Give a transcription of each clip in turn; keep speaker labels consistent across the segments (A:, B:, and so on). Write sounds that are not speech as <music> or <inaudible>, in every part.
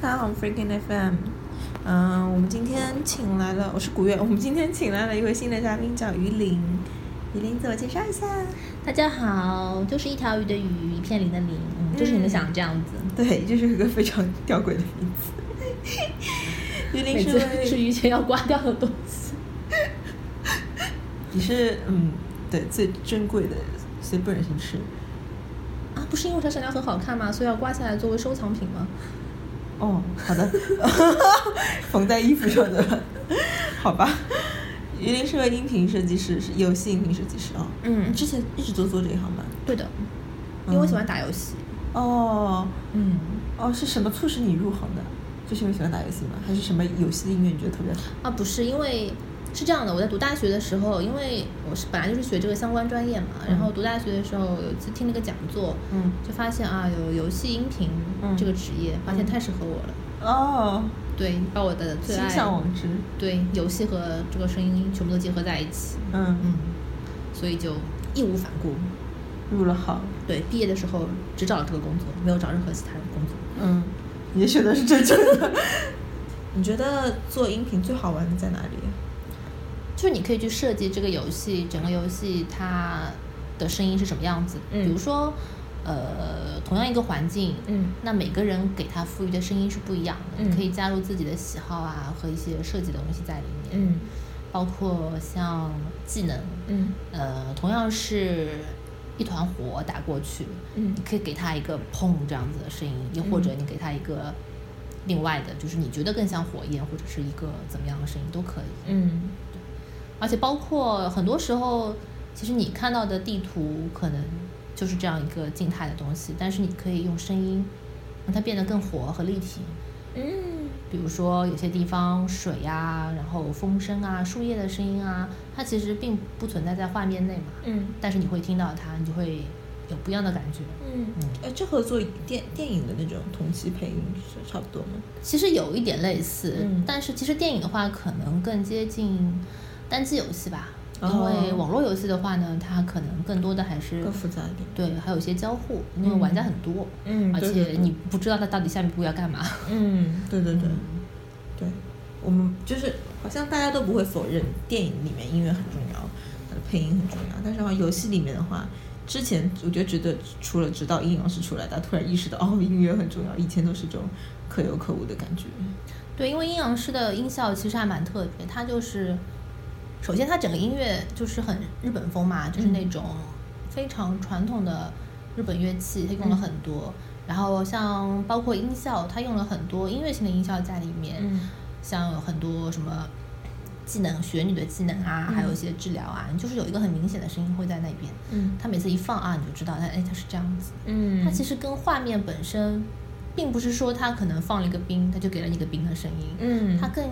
A: 大家好，我是 Freaking FM。嗯、我们今天请来了，我是古月。我们今天请来了一位新的嘉宾，叫于林。于林，自我介绍一下。
B: 大家好，就是一条鱼的鱼，一片林的林，嗯，就是你们想这样子。
A: <laughs> 对，这是一个非常吊诡的名字。 <laughs> 于林
B: 每
A: 是
B: 次 <laughs>
A: 位
B: 吃鱼前要刮掉的东 <laughs> 西。
A: 你是嗯，对，最珍贵的，所以不忍心吃。
B: 啊，不是因为它闪亮很好看吗？所以要刮下来作为收藏品吗？
A: 哦，好 <laughs> 的，缝在衣服上的， <laughs> 好吧。于林是位音频设计师，是游戏音频设计师啊、哦。
B: 嗯
A: 你之前一直都做这一行吗？
B: 对的，因为我喜欢打游戏。
A: 哦，
B: 嗯，
A: 哦，是什么促使你入行的？就是因为喜欢打游戏吗？还是什么游戏的音乐你觉得特别好？
B: 啊，不是，因为是这样的，我在读大学的时候，因为我是本来就是学这个相关专业嘛，
A: 嗯
B: 然后读大学的时候有一次听了个讲座，
A: 嗯
B: 就发现啊有游戏音频
A: 嗯
B: 这个职业，发现太适合我了。
A: 哦，
B: 对，把我的最
A: 心
B: 爱
A: 向往之。
B: 对游戏和这个声音全部都结合在一起，
A: 嗯，
B: 嗯，所以就义无反顾。
A: 入了行。
B: 对，毕业的时候只找了这个工作，没有找任何其他的工作。
A: 嗯，你的选择是正确的。 <laughs> 你觉得做音频最好玩的在哪里？
B: 就是你可以去设计这个游戏，整个游戏它的声音是什么样子。
A: 嗯
B: 比如说，呃，同样一个环境，
A: 嗯
B: 那每个人给它赋予的声音是不一样的，
A: 嗯
B: 你可以加入自己的喜好啊和一些设计的东西在里面，
A: 嗯
B: 包括像技能，
A: 嗯
B: 呃，同样是一团火打过去，
A: 嗯
B: 你可以给它一个砰这样子的声音，又或者你给它一个另外的，就是你觉得更像火焰或者是一个怎么样的声音都可以。
A: 嗯
B: 而且包括很多时候，其实你看到的地图可能就是这样一个静态的东西，但是你可以用声音让它变得更活和立体。
A: 嗯
B: 比如说有些地方水呀、然后风声啊、树叶的声音啊，它其实并不存在在画面内嘛，
A: 嗯
B: 但是你会听到它，你就会有不一样的感觉。
A: 嗯，哎，这和做电电影的那种同期配音是差不多吗？
B: 其实有一点类似，
A: 嗯
B: 但是其实电影的话可能更接近单机游戏吧，
A: 哦
B: 因为网络游戏的话呢，它可能更多的还是
A: 更复杂一点。
B: 对，还有一些交互，因为
A: 嗯
B: 玩家很多，
A: 嗯
B: 而
A: 对对
B: 且
A: 对
B: 你不知道它到底下一步要干嘛。
A: 嗯，对对对，
B: 嗯
A: 对，我们就是好像大家都不会否认电影里面音乐很重要，它的配音很重要，但是好像游戏里面的话，之前我觉得觉得除了直到阴阳师出来，大家突然意识到哦，音乐很重要，以前都是这种可有可无的感觉。
B: <laughs> 对，因为阴阳师的音效其实还蛮特别，它就是首先它整个音乐就是很日本风嘛，
A: 嗯
B: 就是那种非常传统的日本乐器，它用
A: 嗯
B: 了很多。然后像包括音效，它用了很多音乐性的音效在里面，
A: 嗯
B: 像有很多什么技能、学女的技能啊，还有一些治疗啊，就是有一个很明显的声音会在那边。
A: 嗯
B: 它每次一放啊，你就知道它，哎，它是这样子。
A: 嗯
B: 它其实跟画面本身，并不是说它可能放了一个冰，它就给了你一个冰的声音。
A: 嗯
B: 它更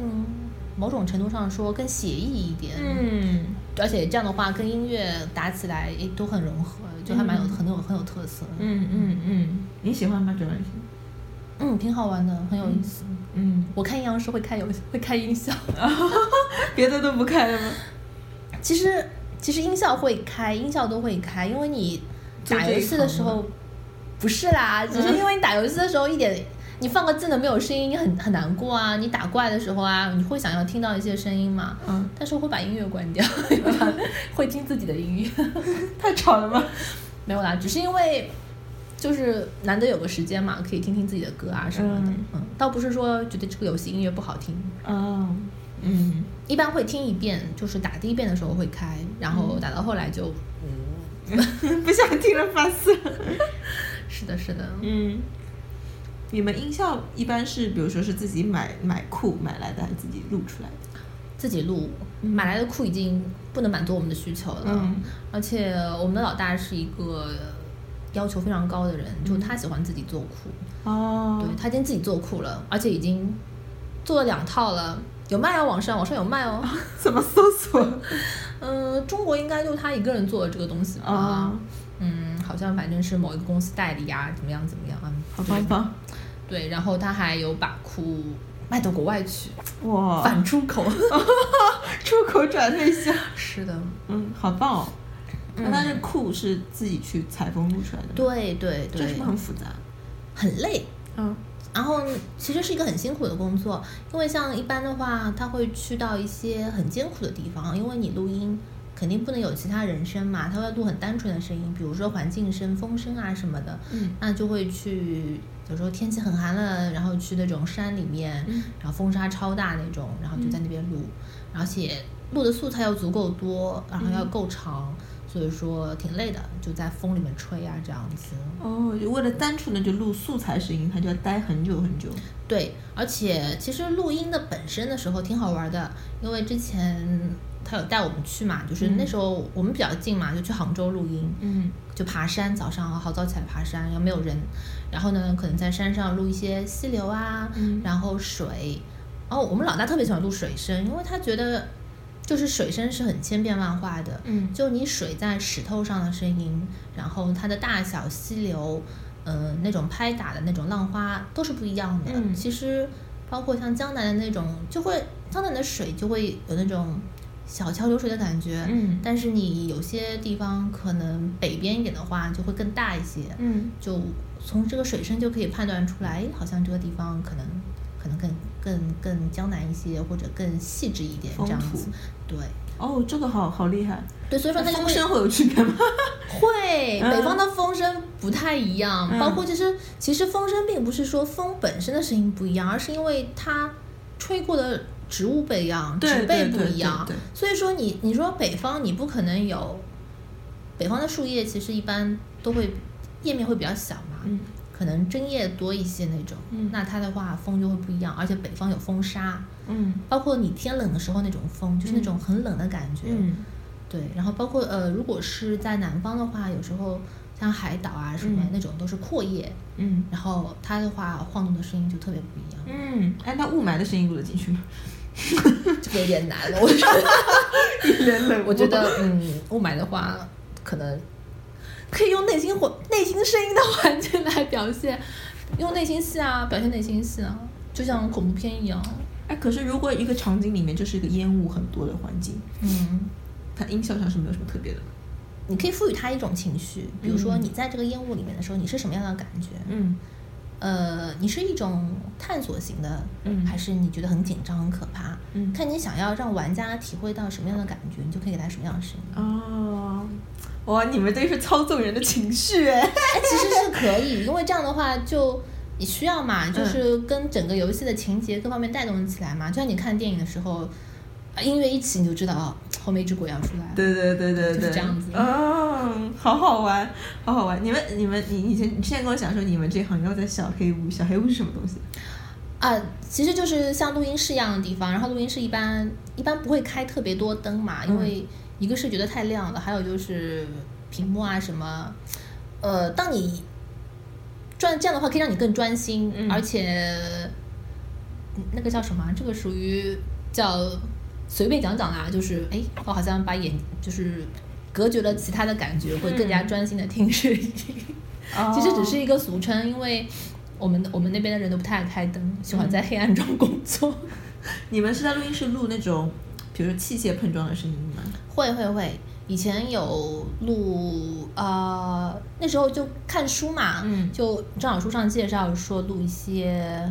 B: 某种程度上说更写意一点。，
A: 嗯
B: 而且这样的话跟音乐打起来诶都很融合，就还蛮有、
A: 嗯
B: 很有很有特色。
A: 嗯嗯嗯，你喜欢吗？这玩意？
B: 嗯，挺好玩的，很有意思。
A: 嗯，
B: 我看阴阳师会开游戏，会开音效。
A: <laughs> 别的都不看了吗？
B: 其实其实音效会开，音效都会开，因为你
A: 做
B: 打
A: 这
B: 游
A: 一
B: 戏的
A: 行
B: 时
A: 吗嗯
B: 候，不是啦，只是因为你打游戏的时候一点，你放个技能没有声音，你很很难过啊。你打怪的时候啊，你会想要听到一些声音嘛。
A: 嗯，
B: 但是我会把音乐关掉， <laughs> 因为它会听自己的音乐。 <laughs>
A: 太吵了吗？
B: 没有啦，只是因为就是难得有个时间嘛，可以听听自己的歌啊什么的。
A: 嗯
B: 嗯倒不是说觉得这个游戏音乐不好听，
A: 哦，嗯 <laughs>
B: 一般会听一遍，就是打第一遍的时候会开，然后打到后来就，
A: 嗯，不想听了，烦死了。
B: 是的，是的。
A: 嗯，你们音效一般是，比如说是自己买买库买来的，还是自己录出来的？
B: 自己录，买来的库已经不能满足我们的需求了。
A: 嗯
B: 而且我们的老大是一个要求非常高的人，就他喜欢自己做库，
A: 嗯哦
B: 对他已经自己做库了，而且已经做了两套了，有卖哦，网上网上有卖哦。
A: 怎么搜 <laughs> 索？
B: 嗯，中国应该就他一个人做了这个东西吧？
A: 哦
B: 嗯，好像反正是某一个公司代理啊，怎么样怎么样啊？
A: 好棒棒！
B: 对，然后他还有把库卖到国外去，
A: 哇， <laughs>
B: 反出口。 <laughs>
A: 出口转内销，
B: 是的，
A: 嗯，好棒哦。那但是库是自己去采风录出来的吗，
B: 对对对，
A: 这是不是很复杂？
B: 很累。
A: 嗯，
B: 然后其实是一个很辛苦的工作，因为像一般的话，他会去到一些很艰苦的地方，因为你录音肯定不能有其他人声嘛，他会录很单纯的声音，比如说环境声、风声啊什么的，
A: 嗯
B: 那就会去。有时候天气很寒冷，然后去那种山里面，
A: 嗯
B: 然后风沙超大那种，然后就在那边录，而且录的素材要足够多，然后要
A: 嗯
B: 够长，所以说挺累的，就在风里面吹啊这样子。
A: 哦，就为了单纯的就录素材声音，他就要待很久很久。
B: 对，而且其实录音的本身的时候挺好玩的，因为之前他有带我们去嘛，就是那时候我们比较近嘛，就去杭州录音，
A: 嗯
B: 就爬山，早上好早起来爬山，然后没有人，然后呢，可能在山上录一些溪流啊，
A: 嗯
B: 然后水，哦，我们老大特别喜欢录水声，因为他觉得就是水声是很千变万化的，
A: 嗯
B: 就你水在石头上的声音，然后它的大小、溪流，呃，那种拍打的那种浪花都是不一样的。
A: 嗯
B: 其实包括像江南的那种，就会江南的水就会有那种小桥流水的感觉。
A: 嗯
B: 但是你有些地方可能北边一点的话，就会更大一些。
A: 嗯
B: 就从这个水声就可以判断出来，诶好像这个地方可能可能更更更江南一些，或者更细致一点
A: 风
B: 这样
A: 土
B: 子。对
A: 哦，这个好好厉害。
B: 对，所以说它就
A: 风
B: 会
A: 声会有区别吗？
B: 会，
A: 嗯
B: 北方的风声不太一样，
A: 嗯
B: 包括其实其实风声并不是说风本身的声音不一样，而是因为它吹过的植物不一样，
A: 对
B: 植被
A: 对
B: 不
A: 对
B: 一样
A: 对对，
B: 所以说你你说北方你不可能有，北方的树叶其实一般都会叶面会比较小嘛，
A: 嗯
B: 可能针叶多一些那种，
A: 嗯
B: 那它的话风就会不一样，而且北方有风沙，
A: 嗯
B: 包括你天冷的时候那种风，就是那种很冷的感觉，
A: 嗯
B: 对，然后包括呃，如果是在南方的话，有时候像海岛啊什么、
A: 嗯
B: 那种都是阔叶，
A: 嗯
B: 然后它的话晃动的声音就特别不一样， <laughs>
A: 嗯，哎，那雾霾的声音录得进去吗？
B: 这个有点难了。我觉得，
A: 冷
B: 我觉得，嗯，雾霾的话，可能可以用内心环内心声音的环境来表现，用内心戏啊，表现内心戏啊，就像恐怖片一样。
A: 哎，可是如果一个场景里面就是一个烟雾很多的环境，
B: 嗯，
A: 它音效上是没有什么特别的。
B: 你可以赋予它一种情绪，比如说
A: 嗯
B: 你在这个烟雾里面的时候，你是什么样的感觉？
A: 嗯
B: 呃，你是一种探索型的，
A: 嗯
B: 还是你觉得很紧张、很可怕？
A: 嗯
B: 看你想要让玩家体会到什么样的感觉，你就可以给他什么样的声音。
A: 哦，哇，你们这是操纵人的情绪哎。
B: 哎，其实是可以，因为这样的话就你需要嘛，就
A: 嗯
B: 是跟整个游戏的情节各方面带动起来嘛。就像你看电影的时候，啊音乐一起你就知道哦，后面一只鬼要出来了。
A: <laughs> 对对对对
B: 就
A: 对，
B: 是这样子
A: 嗯，好好玩，好好玩。你们你们你以前你之前跟我讲说你们这行要在小黑屋，小黑屋是什么东西？
B: 啊，其实就是像录音室一样的地方，然后录音室一般一般不会开特别多灯嘛，
A: 嗯
B: 因为一个是觉得太亮了，还有就是屏幕啊什么，呃，当你专这样的话可以让你更专心，
A: 嗯
B: 而且嗯那个叫什么啊，这个属于叫随便讲讲啦、就是哎，我好像把眼就是隔绝了其他的感觉，会更加
A: 嗯
B: 专心的听声音。
A: 哦
B: 其实只是一个俗称，因为我们我们那边的人都不太爱开灯，喜欢在黑暗中工作。
A: 你们是在录音室录那种，比如说器械碰撞的声音吗？
B: <laughs> 会会会，以前有录呃，那时候就看书嘛，
A: 嗯
B: 就正好书上介绍说录一些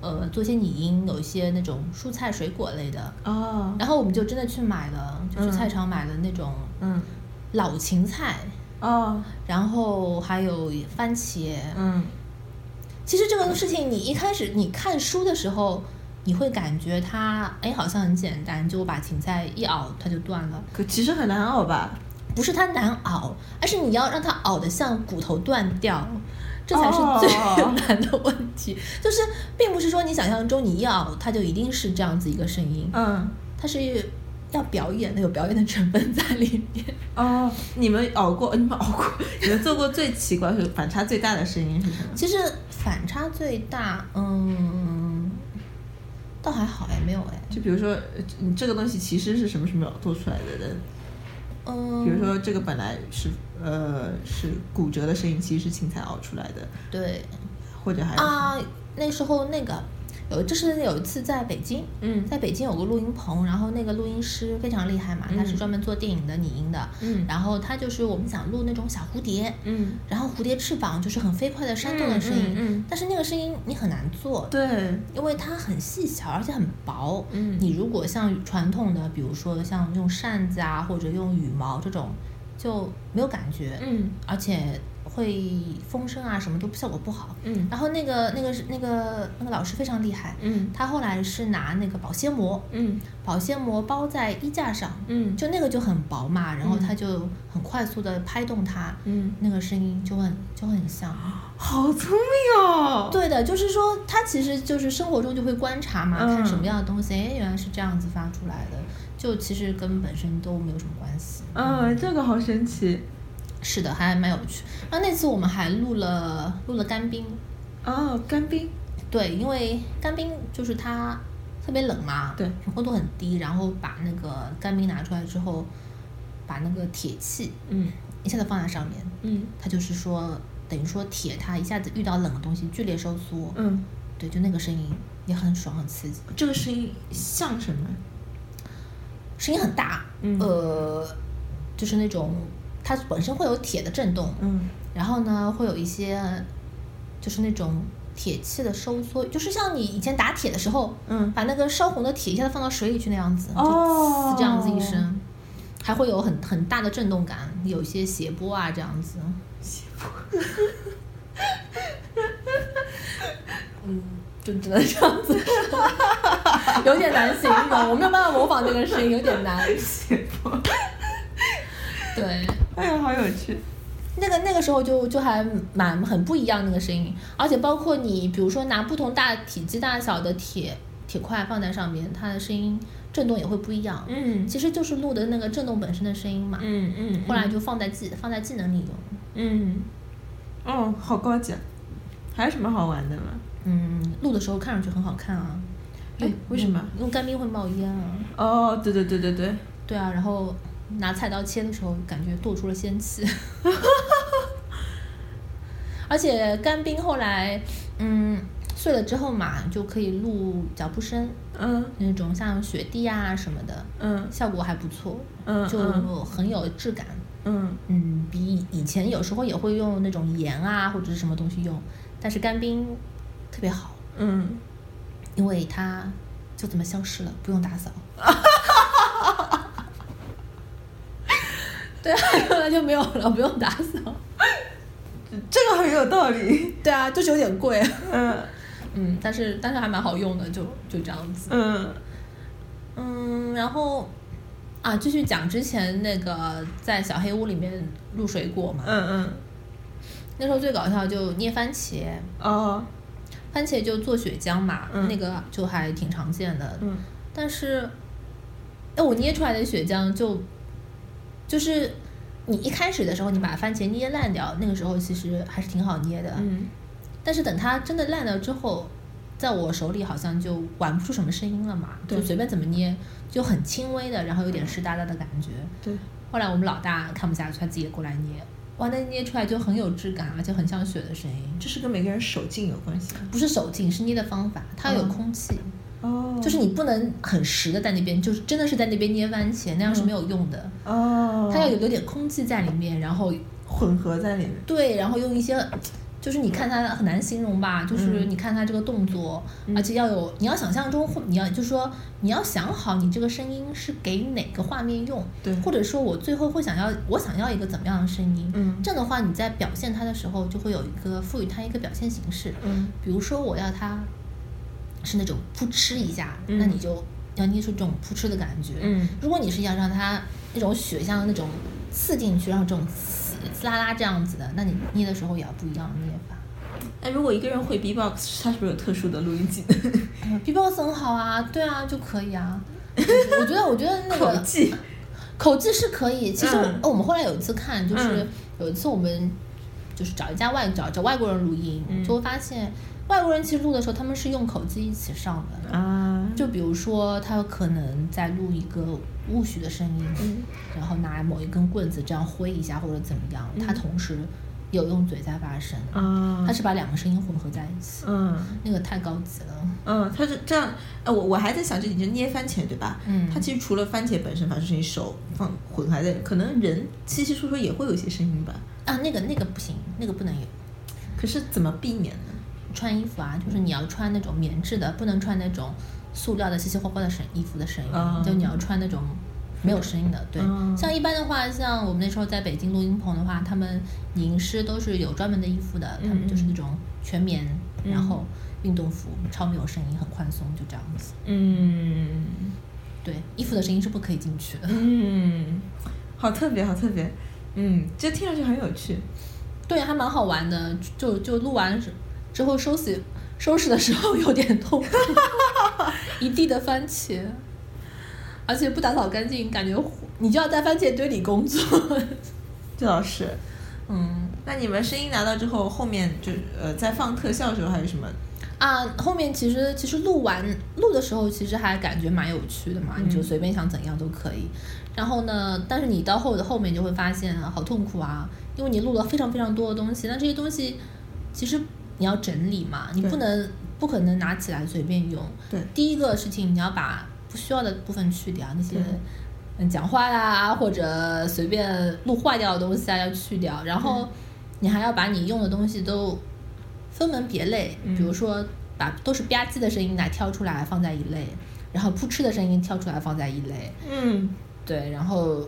B: 呃做一些拟音，有一些那种蔬菜水果类的，
A: 哦，
B: 然后我们就真的去买了，就去
A: 嗯
B: 菜场买了那种
A: 嗯，
B: 老芹菜，
A: 哦，
B: 然后还有番茄，
A: 嗯，
B: 其实这个事情，你一开始你看书的时候，你会感觉它，哎，好像很简单，就我把芹菜一熬，它就断了。
A: 可其实很难熬吧？
B: 不是它难熬，而是你要让它熬得像骨头断掉，这才是最
A: 哦
B: 难的问题。就是并不是说你想象中你一熬，它就一定是这样子一个声音，
A: 嗯，
B: 它是要表演的，有表演的成分在里面。
A: 哦，你们熬过，你们熬过， <laughs> 你们做过最奇怪、反差最大的声音是什么？
B: 其实反差最大，嗯，倒还好哎，没有哎，
A: 就比如说，呃你这个东西其实是什么什么做出来的的，
B: 嗯，
A: 比如说这个本来是呃是骨折的声音，其实是芹菜熬出来的，
B: 对。
A: 或者还有什么
B: 啊啊，那时候那个有就是有一次在北京，
A: 嗯
B: 在北京有个录音棚，然后那个录音师非常厉害嘛，他是专门做电影的拟音的，
A: 嗯
B: 然后他就是我们想录那种小蝴蝶，
A: 嗯，
B: 然后蝴蝶翅膀就是很飞快的扇动的声音，
A: 嗯嗯嗯
B: 但是那个声音你很难做，
A: 对，
B: 因为它很细小而且很薄，
A: 嗯
B: 你如果像传统的，比如说像用扇子啊或者用羽毛这种，就没有感觉，
A: 嗯
B: 而且会风声啊什么都效果不好，
A: 嗯
B: 然后那个那个是那个那个老师非常厉害，
A: 嗯
B: 他后来是拿那个保鲜膜，
A: 嗯
B: 保鲜膜包在衣架上，
A: 嗯
B: 就那个就很薄嘛，然后
A: 嗯
B: 他就很快速的拍动它，
A: 嗯，
B: 那个声音就很就很像。
A: 好聪明哦，
B: 对的，就是说他其实就是生活中就会观察嘛，
A: 嗯
B: 看什么样的东西，哎，原来是这样子发出来的，就其实跟本身都没有什么关系。
A: 嗯，这个好神奇
B: 是的，还蛮有趣。然后那次我们还录了录了干冰，
A: 哦，干冰，
B: 对，因为干冰就是它特别冷嘛，
A: 对，
B: 温度很低，然后把那个干冰拿出来之后，把那个铁器
A: 嗯
B: 一下子放在上面，
A: 嗯
B: 它就是说等于说铁它一下子遇到冷的东西剧烈收缩，
A: 嗯，
B: 对，就那个声音也很爽很刺激，
A: 这个声音像什么？
B: 声音很大，
A: 嗯
B: 呃，就是那种它本身会有铁的震动，
A: 嗯
B: 然后呢会有一些就是那种铁器的收缩，就是像你以前打铁的时候，
A: 嗯
B: 把那个烧红的铁一下子放到水里去那样子，就
A: 哦
B: 呲这样子一声，还会有很很大的震动感，有一些斜波啊这样子。斜波。嗯，就只能这 <laughs> 样子，有点难形容，我没有办法模仿这个声音，有点难。
A: 斜坡，
B: 对，
A: 哎呀，好有趣，
B: 那个那个时候就就还蛮很不一样那个声音，而且包括你比如说拿不同大体积大小的铁铁块放在上面，它的声音震动也会不一样。
A: 嗯
B: 其实就是录的那个震动本身的声音嘛。
A: 嗯嗯，
B: 后来就放在技放在技能里用。
A: 嗯，哦，好高级啊，还有什么好玩的吗？
B: 嗯，录的时候看上去很好看啊。
A: 哎
B: 用
A: 为什么？
B: 用干冰会冒烟啊。
A: 哦，对对对对对，
B: 对啊，然后拿菜刀切的时候，感觉剁出了仙气。 <laughs> 而且干冰后来，嗯，碎了之后嘛，就可以录脚步声，
A: 嗯
B: 那种像雪地啊什么的，
A: 嗯
B: 效果还不错，
A: 嗯
B: 就
A: 嗯
B: 很有质感。
A: 嗯
B: 嗯，比以前有时候也会用那种盐啊或者是什么东西用，但是干冰特别好，
A: 嗯，
B: 因为它就这么消失了，不用打扫。对啊，它就没有了，不用打扫。
A: 这个很有道理，
B: 对啊，就是有点贵。
A: 嗯
B: 嗯，但是但是还蛮好用的，就就这样子。
A: 嗯
B: 嗯，然后啊，继续讲之前那个在小黑屋里面录水果嘛，
A: 嗯
B: 那时候最搞笑就捏番茄，
A: 嗯，哦，
B: 番茄就做血浆嘛，
A: 嗯
B: 那个就还挺常见的。
A: 嗯
B: 但是，哎，我捏出来的血浆就就是你一开始的时候，你把番茄捏烂掉，那个时候其实还是挺好捏的。
A: 嗯
B: 但是等它真的烂掉之后，在我手里好像就玩不出什么声音了嘛，
A: 对
B: 就随便怎么捏，就很轻微的，然后有点湿哒哒的感觉。
A: 对，
B: 后来我们老大看不下去，他自己也过来捏，哇，那捏出来就很有质感，而且很像雪的声音。
A: 这是跟每个人手劲有关系吗
B: 不是手劲，是捏的方法，它
A: 嗯
B: 有空气，
A: 哦，
B: 就是你不能很实的在那边，就是真的是在那边捏番茄，那样
A: 嗯
B: 是没有用的，
A: 哦，
B: 它要有有点空气在里面，然后
A: 混合在里面，
B: 对，然后用一些，就是你看它很难形容吧，就是
A: 嗯
B: 你看它这个动作，
A: 嗯
B: 而且要有你要想象中，你要就是说你要想好你这个声音是给哪个画面用，
A: 对
B: 或者说我最后会想要我想要一个怎么样的声音，
A: 嗯
B: 这样的话你在表现它的时候就会有一个赋予它一个表现形式，
A: 嗯
B: 比如说我要它是那种扑哧一下，
A: 嗯
B: 那你就要捏出这种扑哧的感觉。
A: 嗯
B: 如果你是要让它那种血像那种刺进去，然后这种刺刺啦啦这样子的，那你捏的时候也要不一样的捏法。
A: 那如果一个人会 B-box，他是不是有特殊的录音技能？
B: 嗯 B-box 很好啊，对啊，就可
A: <laughs>
B: 以啊。我觉得，我觉得那
A: 口
B: 个
A: 技，
B: 口技是可以。其实我、
A: 嗯
B: 哦我们后来有一次看，就是
A: 嗯
B: 有一次我们就是找一家外找找外国人录音，
A: 嗯
B: 就会发现外国人其实录的时候，他们是用口技一起上的。
A: 啊，
B: 就比如说，他可能在录一个蜈蚩的声音，
A: 嗯
B: 然后拿某一根棍子这样挥一下或者怎么样，他同时有用嘴在发声，
A: 啊
B: 它是把两个声音混合在一起，
A: 嗯
B: 那个太高级了。
A: 嗯，它是这样。呃，我我还在想，这你就捏番茄对吧？
B: 嗯
A: 它其实除了番茄本身发出声音，手放混还在，可能人稀稀疏疏也会有一些声音吧。
B: 啊，那个那个不行，那个不能有。
A: 可是怎么避免呢？
B: 穿衣服啊，就是你要穿那种棉质的，不能穿那种塑料的稀稀花花的声衣服的声音，
A: 啊
B: 就你要穿那种没有声音的。对，
A: 嗯
B: 像一般的话，像我们那时候在北京录音棚的话，他们影师都是有专门的衣服的，他们就是那种全棉，
A: 嗯
B: 然后运动服，超没有声音，很宽松，就这样子。
A: 嗯
B: 对，衣服的声音是不可以进去的。
A: 嗯，好特别，好特别。嗯，这听上去很有趣。
B: 对，还蛮好玩的，就就录完之后收拾收拾的时候有点痛 <laughs> 苦，一地的番茄，而且不打扫干净，感觉火你就要在番茄堆里工作。
A: 这倒是。
B: 嗯
A: 那你们声音拿到之后，后面就呃在放特效的时候还有什么？
B: 啊，后面其实其实录完录的时候，其实还感觉蛮有趣的嘛，你就
A: 嗯
B: 随便想怎样都可以。然后呢，但是你到后后面就会发现啊好痛苦啊，因为你录了非常非常多的东西，那这些东西其实你要整理嘛，你
A: 对
B: 不能不可能拿起来随便用。
A: 对
B: 第一个事情，你要把不需要的部分去掉，那些
A: 对
B: 嗯讲话呀、或者随便录坏掉的东西啊要去掉，然后你还要把你用的东西都分门别类，
A: 嗯
B: 比如说把都是吧唧的声音来挑出来放在一类，然后扑哧的声音挑出来放在一类，
A: 嗯
B: 对，然后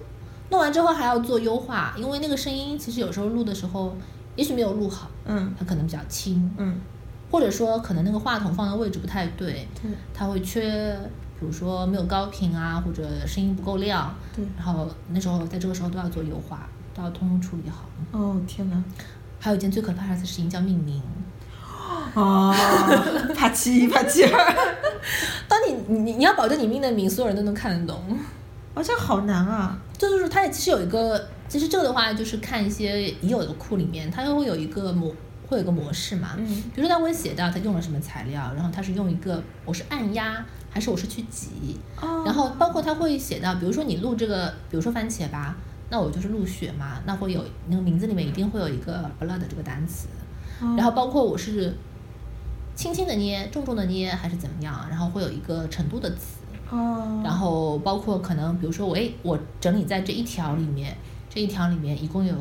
B: 弄完之后还要做优化，因为那个声音其实有时候录的时候也许没有录好，
A: 嗯
B: 它可能比较轻，
A: 嗯，
B: 或者说可能那个话筒放的位置不太对，
A: 对
B: 它会缺，比如说没有高频啊，或者声音不够亮，
A: 对。
B: 然后那时候在这个时候都要做优化，都要通通处理好。
A: 哦天哪！
B: 还有一件最可怕的事情叫命名。
A: 哦，怕七怕七二，
B: 当你你你你要保证你命的名，所有人都能看得懂。
A: 哦，这 <laughs> 好难啊。
B: 这就是它也其实有一个，其实这个的话就是看一些已有的库里面，它又会有一个模，会有一个模式嘛。
A: 嗯
B: 比如说它会写到它用了什么材料，然后它是用一个我是按压还是我是去挤，
A: 哦
B: 然后包括它会写到，比如说你录这个，比如说番茄吧，那我就是录雪嘛，那会有那个名字里面一定会有一个 blood 这个单词，
A: 哦
B: 然后包括我是轻轻的捏、重重的捏还是怎么样，然后会有一个程度的词，
A: 哦，
B: 然后包括可能比如说我诶，我整理在这一条里面，这一条里面一共有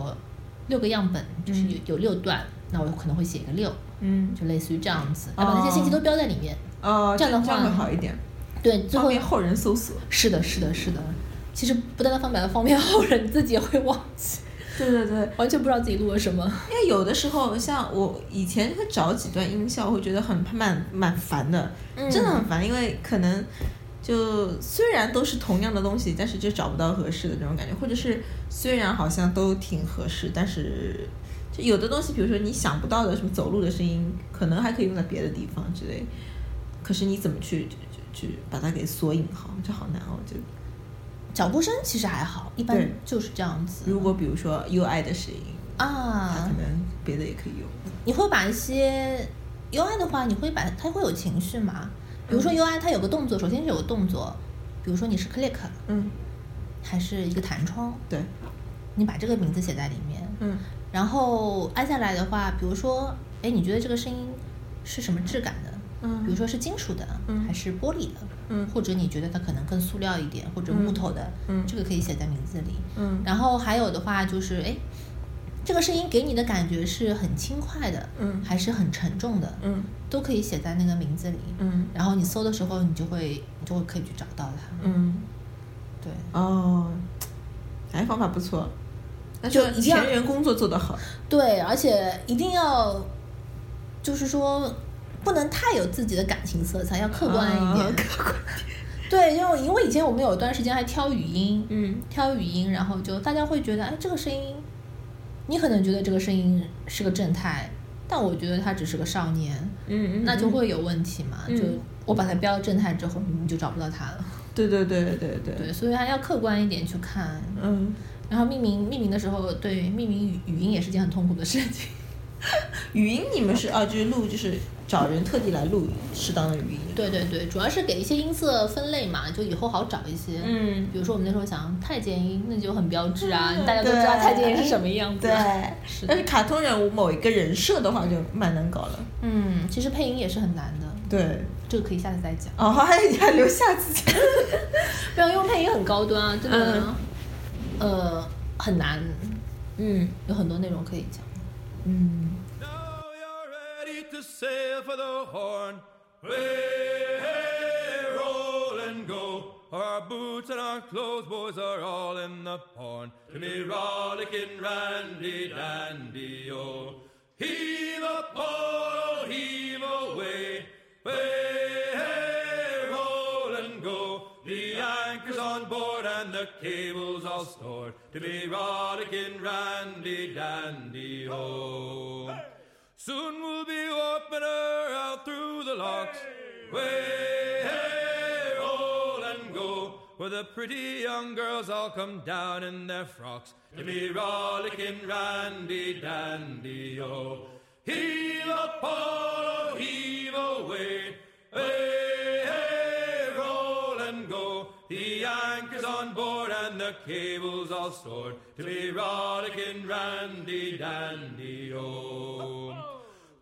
B: 六个样本，就是有有六段，那我可能会写一个六，
A: 嗯
B: 就类似于这样子，
A: 哦
B: 要把那些信息都标在里面。
A: 哦，
B: 这样的话
A: 会好一点，
B: 对，最
A: 方
B: 后
A: 便后人搜索。
B: 是的，是的，是的。其实不单单方便方便后人，你自己也会忘记，
A: 对对对，
B: 完全不知道自己录了什么。
A: 因为有的时候，像我以前会找几段音效，会觉得很蛮蛮烦的，
B: 嗯
A: 真的很烦。因为可能就虽然都是同样的东西，但是就找不到合适的这种感觉，或者是虽然好像都挺合适，但是就有的东西，比如说你想不到的什么走路的声音，可能还可以用在别的地方之类，可是你怎么去去去把它给缩影好，这好难哦。就
B: 脚步声其实还好，一般
A: 对
B: 就是这样子。
A: 如果比如说 UI 的声音，它
B: 啊
A: 可，能别的也可以用。
B: 你会把一些 UI 的话，你会把它会有情绪嘛？比
A: 嗯
B: 如说 UI 它有个动作，首先是有个动作，比如说你是 click
A: 嗯，
B: 还是一个弹窗，
A: 对，
B: 你把这个名字写在里面，
A: 嗯
B: 然后按下来的话，比如说，哎，你觉得这个声音是什么质感的？
A: 嗯
B: 比如说是金属的，
A: 嗯
B: 还是玻璃的，
A: 嗯
B: 或者你觉得它可能更塑料一点，或者木头的，
A: 嗯嗯
B: 这个可以写在名字里。
A: 嗯
B: 然后还有的话就是，哎，这个声音给你的感觉是很轻快的，
A: 嗯
B: 还是很沉重的，
A: 嗯
B: 都可以写在那个名字里。
A: 嗯
B: 然后你搜的时候，你就会你就会可以去找到它。
A: 嗯，
B: 对，
A: 哦，哎，方法不错，那
B: 就
A: 说
B: 一定要
A: 前人工作做得好，
B: 对，而且一定要，就是说，不能太有自己的感情色彩，要客观一点。
A: 啊客观，
B: 对，因为因为以前我们有一段时间还挑语音，
A: 嗯
B: 挑语音，然后就大家会觉得，哎，这个声音，你可能觉得这个声音是个正太，但我觉得他只是个少年，
A: 嗯嗯，
B: 那就
A: 嗯，
B: 会有问题嘛。
A: 嗯
B: 就我把它标正太之后，你就找不到他了。
A: 对对对对对，
B: 对，所以还要客观一点去看。
A: 嗯，
B: 然后命名命名的时候， <laughs> 对命名语语音也是件很痛苦的事情。
A: 语音你们是啊，就是录就是找人特地来录适当的语音。
B: 对对对，主要是给一些音色分类嘛，就以后好找一些。
A: 嗯
B: 比如说我们那时候想太监音，那就很标志啊，
A: 嗯
B: 大家都知道
A: 对
B: 太监音是什么样子
A: 对
B: 啊。是，
A: 但
B: 的
A: 是。卡通人物某一个人设的话就蛮难搞了。
B: 嗯，其实配音也是很难的，
A: 对，
B: 这个可以下次再讲。
A: 哦，还你还留下自己。
B: 没有，因为配音很高端啊，真的啊、呃，很难，
A: 嗯
B: 有很多内容可以讲。
A: 嗯，
C: Now you're ready to sail for the horn. Way, roll and go. Our boots and our clothes, boys, are all in the pawn. To be rollicking, randy dandy, oh. Heave a port, oh, heave away. Way, roll and go. The anchor's on board and the cable's all stored. To be rollicking, randy dandy, oh. Soon we'll be warping her out through the locks. Way, hey, roll and go, where the pretty young girls all come down in their frocks to be rollicking randy dandy o. Heave a polo, heave away, hey, hey, roll and go. The anchor's on board and the cable's all stored to be rollicking randy dandy o.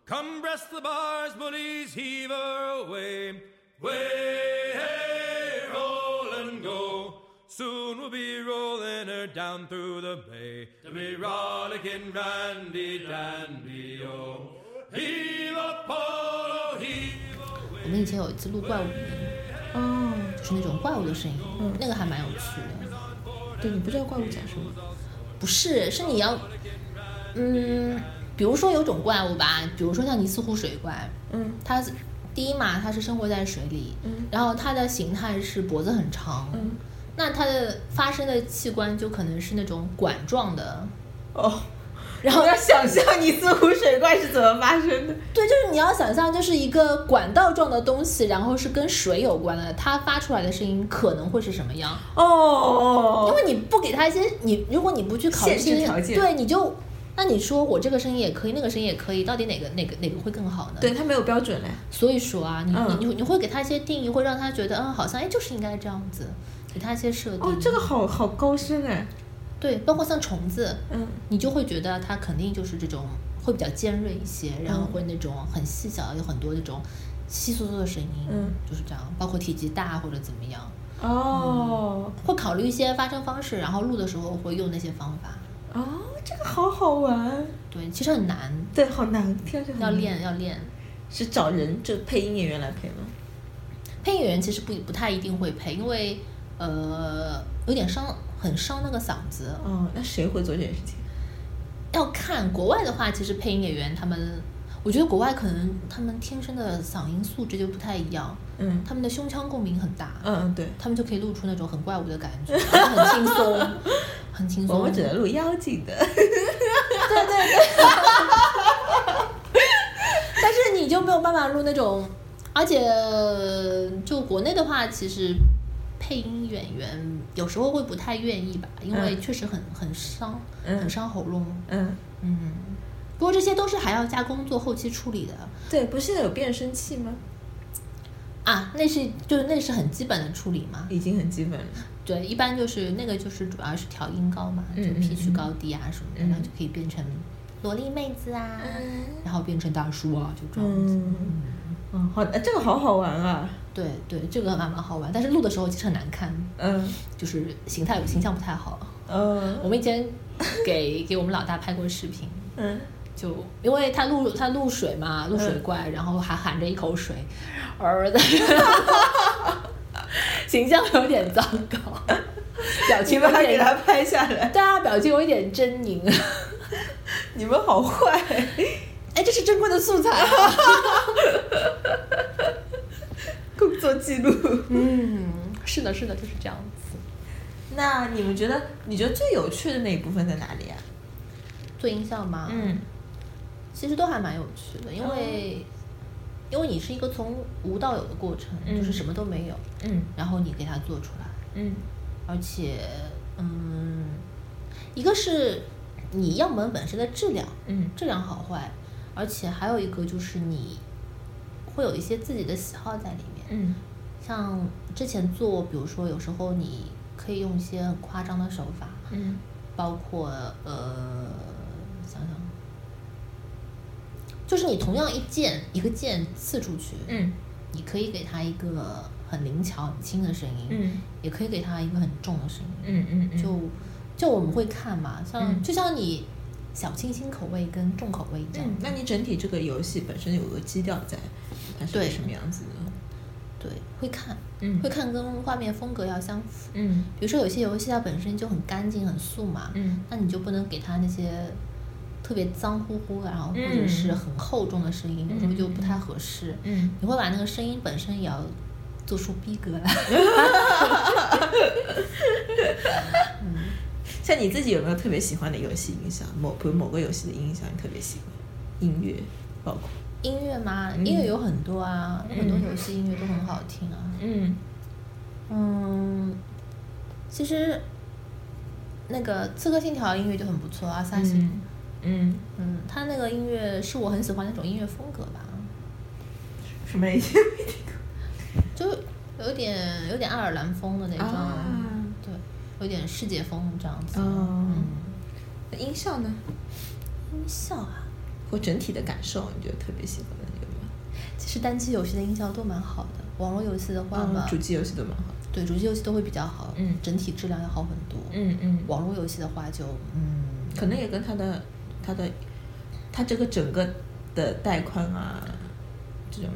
C: Come breast the bars, bullies, heave her away. Way, hey, roll and go. Soon we'll be rolling her down through the bay to be rollicking randy dandy o. Heave a polo, heave away.
B: 我们以前有一次录怪物语音，
A: 哦，
B: 就是那种怪物的声音，那个还蛮有趣的。
A: 对你不知道怪物讲什么？
B: 不是，是你要，嗯，比如说有种怪物吧，比如说像尼斯湖水怪，
A: 嗯
B: 它是第一嘛，它是生活在水里，
A: 嗯
B: 然后它的形态是脖子很长，
A: 嗯，
B: 那它的发声的器官就可能是那种管状的，
A: 哦，
B: 然后
A: 我要想象你似湖水怪是怎么发生的。
B: 对，就是你要想象，就是一个管道状的东西，然后是跟水有关的，它发出来的声音可能会是什么样？因
A: 哦，
B: 为你不给它一些，你如果你不去考虑
A: 限
B: 这
A: 制
B: 些
A: 条件
B: 对，你就那你说我这个声音也可以，那个声音也可以，到底哪个哪个哪个会更好呢？
A: 对，他没有标准嘞。
B: 所以说啊，你、
A: 嗯
B: 你你你会给他一些定义，会让他觉得，嗯，好像哎就是应该这样子，给他一些设定。
A: 哦，这个好好高深哎。
B: 对，包括像虫子，
A: 嗯
B: 你就会觉得它肯定就是这种会比较尖锐一些，然后会那种很细小，有很多那种稀疏疏的声音，
A: 嗯
B: 就是这样。包括体积大或者怎么样，
A: 哦、
B: 会考虑一些发声方式，然后录的时候会用那些方法。
A: 哦，这个好好玩。
B: 对，其实很难，
A: 对，好难，听上去很
B: 要
A: 难。
B: 练要练。
A: 是找人就配音演员来配吗？
B: 配音演员其实不不太一定会配，因为呃有点伤，很伤那个嗓子。
A: 哦，那谁会做这件事情？
B: 要看国外的话，其实配音演员他们，我觉得国外可能他们天生的嗓音素质就不太一样，
A: 嗯
B: 他们的胸腔共鸣很大，
A: 嗯嗯，对，
B: 他们就可以录出那种很怪物的感觉，而且很轻松， <laughs> 很轻松。
A: 我们只能录妖精 <laughs> 的。
B: 但是你就没有办法录那种，而且就国内的话，其实配音演员有时候会不太愿意吧，因为
A: 嗯
B: 确实很很伤，
A: 嗯
B: 很伤喉咙。
A: 嗯，
B: 嗯，不过这些都是还要加工做后期处理的。
A: 对，不是现在有变声器吗？
B: 啊，那是就是那是很基本的处理嘛，
A: 已经很基本了。
B: 对，一般就是那个就是主要是调音高嘛，就
A: 嗯
B: pitch 高低啊什么的，
A: 嗯
B: 然后就可以变成萝莉妹子啊，
A: 嗯
B: 然后变成大叔啊，就这样子。
A: 嗯，哦，好，呃这个好好玩啊。
B: 对对，这个还蛮好玩，但是录的时候其实很难看，
A: 嗯
B: 就是形态形象不太好。
A: 嗯
B: 我们以前给给我们老大拍过视频，
A: 嗯，
B: 就因为他露他露水嘛，露水怪，然后还含着一口水，儿子， <laughs> 形象有点糟糕，表
A: 你
B: 情有
A: 们还给
B: 点
A: 它拍下来，
B: 对啊，表情有一点狰狞。
A: 你们好坏。
B: 哎，这是珍贵的素材。
A: 工作记录。
B: 嗯，是的，是的，就是这样子。
A: 那你们觉得，你觉得最有趣的那一部分在哪里啊？
B: 做音效吗？，
A: 嗯
B: 其实都还蛮有趣的，因为、因为你是一个从无到有的过程，
A: 嗯
B: 就是什么都没有，
A: 嗯
B: 然后你给它做出来，
A: 嗯
B: 而且嗯，一个是你样本本身的质量，
A: 嗯
B: 质量好坏，而且还有一个就是你会有一些自己的喜好在里面。
A: 嗯
B: 像之前做，比如说有时候你可以用一些很夸张的手法，
A: 嗯
B: 包括呃，想想，就是你同样一剑一个剑刺出去，
A: 嗯
B: 你可以给它一个很灵巧、很轻的声音，
A: 嗯
B: 也可以给它一个很重的声音。
A: 嗯嗯嗯，
B: 就就我们会看嘛，像、
A: 嗯
B: 就像你小清新口味跟重口味一样，
A: 嗯，那你整体这个游戏本身有个基调在，它是个
B: 对
A: 什么样子的？
B: 对，会看，
A: 嗯
B: 会看跟画面风格要相符。
A: 嗯
B: 比如说有些游戏它本身就很干净、很素嘛，
A: 嗯
B: 那你就不能给它那些特别脏乎乎的，然后或者
A: 嗯
B: 是很厚重的声音，
A: 嗯
B: 有时候就不太合适。
A: 嗯，
B: 你会把那个声音本身也要做出逼格来。
A: 像你自己有没有特别喜欢的游戏音效？某比如某个游戏的音效你特别喜欢，音乐包括
B: 音乐嘛，
A: 嗯
B: 音乐有很多啊，
A: 嗯
B: 很多游戏音乐都很好听啊。
A: 嗯
B: 嗯，其实那个《刺客信条》音乐就很不错啊，萨西姆。
A: 嗯嗯，
B: 嗯，他那个音乐是我很喜欢那种音乐风格吧，
A: 什么意思？ <laughs>
B: 就有点有点爱尔兰风的那种，对，有点世界风这样子。
A: 啊哦
B: 嗯，
A: 那音效呢？
B: 音效啊，
A: 或整体的感受，你觉得特别喜欢的有吗？
B: 其实单机游戏的音效都蛮好的，网络游戏的话嘛，
A: 嗯，主机游戏都蛮好。
B: 对主机游戏都会比较好，
A: 嗯
B: 整体质量要好很多。
A: 嗯嗯
B: 网络游戏的话就嗯，
A: 可能也跟它的它的它这个整个的带宽啊这种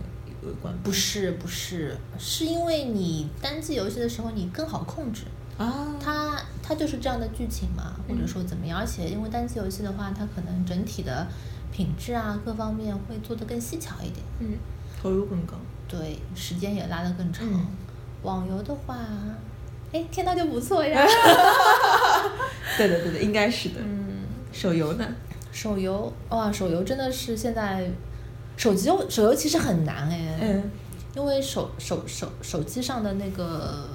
A: 有关吧
B: 不是不是，是因为你单机游戏的时候你更好控制，
A: 啊，
B: 它它就是这样的剧情嘛，或者
A: 嗯
B: 说怎么样，而且因为单机游戏的话，它可能整体的品质啊各方面会做得更细巧一点，
A: 嗯投入更高。
B: 对，时间也拉得更长。
A: 嗯
B: 网游的话，哎，天呐就不
A: <laughs>
B: 错呀。
A: <laughs> 对的对的，应该是的。
B: 嗯，
A: 手游呢？
B: 手游哇，手游真的是现在手机游手游其实很难哎，
A: 嗯
B: 因为手手手手机上的那个